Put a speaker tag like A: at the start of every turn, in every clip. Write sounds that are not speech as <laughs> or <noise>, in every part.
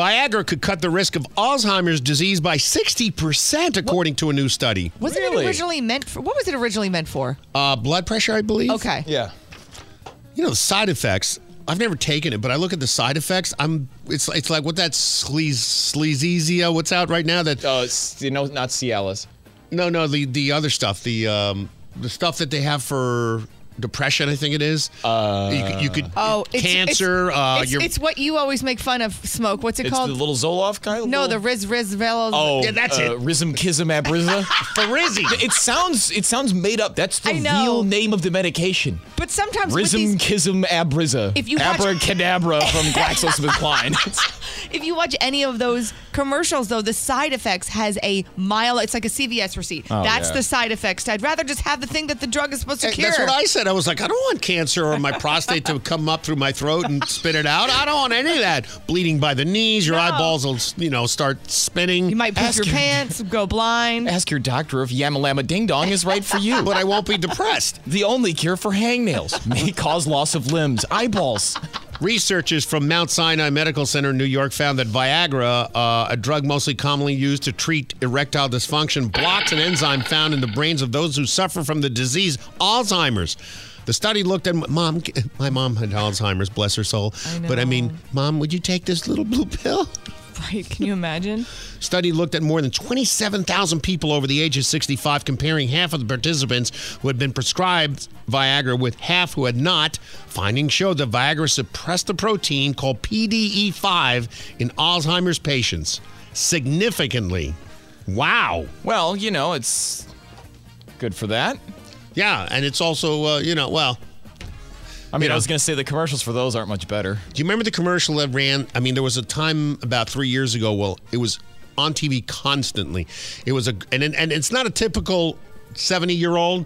A: Viagra could cut the risk of Alzheimer's disease by 60%, according to a new study.
B: Wasn't
C: Really?
B: it originally meant for? What was it originally meant for?
A: Uh, blood pressure, I believe.
B: Okay.
C: Yeah.
A: You know, the side effects. I've never taken it, but I look at the side effects. I'm. It's it's like what that sleaze sleazezia. What's out right now? That
C: Uh, s- you know, not Cialis.
A: no, no, the the other stuff. The um the stuff that they have for depression. I think it is. Uh, you, could- you could.
B: Oh, it's,
A: cancer.
B: It's,
A: uh,
B: it's,
A: your,
B: it's what you always make fun of. Smoke. What's it
C: It's
B: called?
C: the little Zoloft guy.
B: no, the
C: little-
B: Riz Riz Velos.
C: oh,
A: Yeah, that's
C: uh,
A: it.
C: Rizm Kism
B: <laughs>
C: Abrizza.
A: Pharizzi.
C: it sounds it sounds made up. That's the
B: I know.
C: real name of the medication.
B: But sometimes with
C: Rizm
B: these,
C: Kism Abrizza.
B: If you watch-
C: Abracadabra
B: <laughs>
C: from GlaxoSmithKline.
B: if you watch any of those commercials, though, the side effects has a mile. It's like a CVS receipt. That's
C: yeah.
B: the side effects. I'd rather just have the thing that the drug is supposed to
A: Oh, Hey,
B: cure.
A: That's what I said. I was like, I don't want cancer or my prostate to come up through my throat and spit it out. I don't want any of that. Bleeding by the knees, your
B: No.
A: eyeballs will, you know, start spinning.
B: you might poop
C: Ask
B: your
C: your-
B: pants, go
A: <laughs>
B: blind. <laughs>
C: Ask your doctor if Yamalama Ding Dong is right for you.
A: but I won't be depressed.
C: the only cure for hangnails <laughs> may cause loss of limbs, eyeballs.
A: Researchers from Mount Sinai Medical Center in New York found that Viagra, uh, a drug mostly commonly used to treat erectile dysfunction, blocks an enzyme found in the brains of those who suffer from the disease Alzheimer's. The study looked at mom. My mom had Alzheimer's, bless her soul. But I mean, mom, would you take this little blue pill?
B: Right? Can you imagine?
A: study looked at more than 27,000 people over the age of 65, comparing half of the participants who had been prescribed Viagra with half who had not. Findings showed that Viagra suppressed the protein called PDE5 in Alzheimer's patients significantly. Wow.
C: Well, you know, it's good for that.
A: Yeah, and it's also, uh, you know, well,
C: I mean,
A: Yeah.
C: I was going to say the commercials for those aren't much better.
A: Do you remember the commercial that ran? I mean, there was a time about three years ago. Well, it was on TV constantly. It was a and and it's not a typical seventy year old.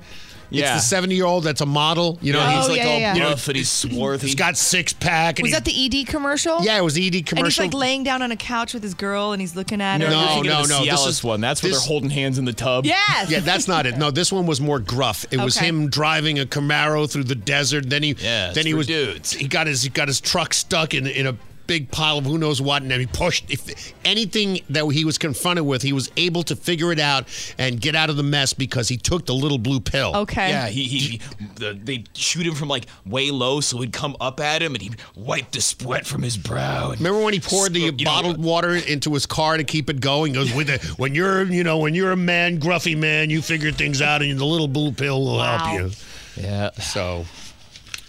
C: Yeah.
A: It's the seventy year old that's a model. You know,
B: Yeah,
C: he's
B: Oh,
C: like
B: yeah,
C: all
B: yeah, yeah.
C: buff and he's swarthy.
A: he's got six pack. And
B: Was
A: he's-
B: that the ED commercial?
A: Yeah, it was the ED commercial.
B: And he's like laying down on a couch with his girl, and he's looking at her.
A: No,
C: you're thinking of
A: no,
C: the
A: no, this
C: Cialis
A: is-
C: one. That's where
A: this-
C: they're holding hands in the tub.
B: Yes.
A: yeah, that's not it. No, this one was more gruff. It was
B: Okay.
A: him driving a Camaro through the desert. Then he,
C: Yeah, it's
A: then he
C: for
A: was
C: dudes.
A: He got his he got his truck stuck in in a big pile of who knows what, and then he pushed. If anything that he was confronted with, he was able to figure it out and get out of the mess because he took the little blue pill.
B: Okay.
C: Yeah, he, he the, they'd shoot him from like way low, so he'd come up at him and he'd wipe the sweat from his brow. and-
A: Remember when he poured the
C: You know,
A: bottled water into his car to keep it going? He Goes with it. When you're, you know, when you're a man, gruffy man, you figure things out, and the little blue pill will
B: Wow.
A: help you.
C: Yeah.
A: So,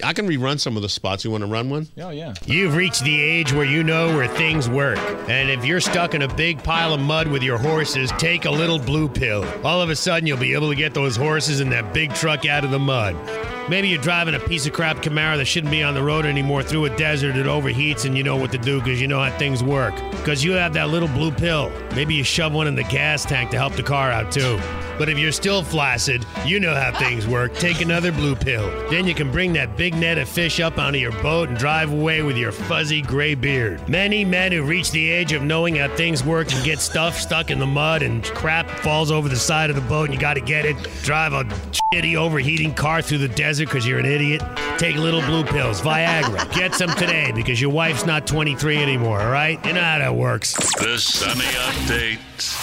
A: I can rerun some of the spots. You want to run one?
C: Oh, yeah.
A: You've reached the age where you know where things work. And if you're stuck in a big pile of mud with your horses, take a little blue pill. All of a sudden, you'll be able to get those horses and that big truck out of the mud. Maybe you're driving a piece of crap Camaro that shouldn't be on the road anymore through a desert. It overheats, and you know what to do because you know how things work. Because you have that little blue pill. Maybe you shove one in the gas tank to help the car out, too. But if you're still flaccid, you know how things work. Take another blue pill. Then you can bring that big net of fish up onto your boat and drive away with your fuzzy gray beard. Many men who reach the age of knowing how things work and get stuff stuck in the mud and crap falls over the side of the boat and you gotta get it. Drive a shitty overheating car through the desert because you're an idiot. Take little blue pills, Viagra. Get some today because your wife's not 23 anymore, all right? You know how that works.
D: The Sunny Update.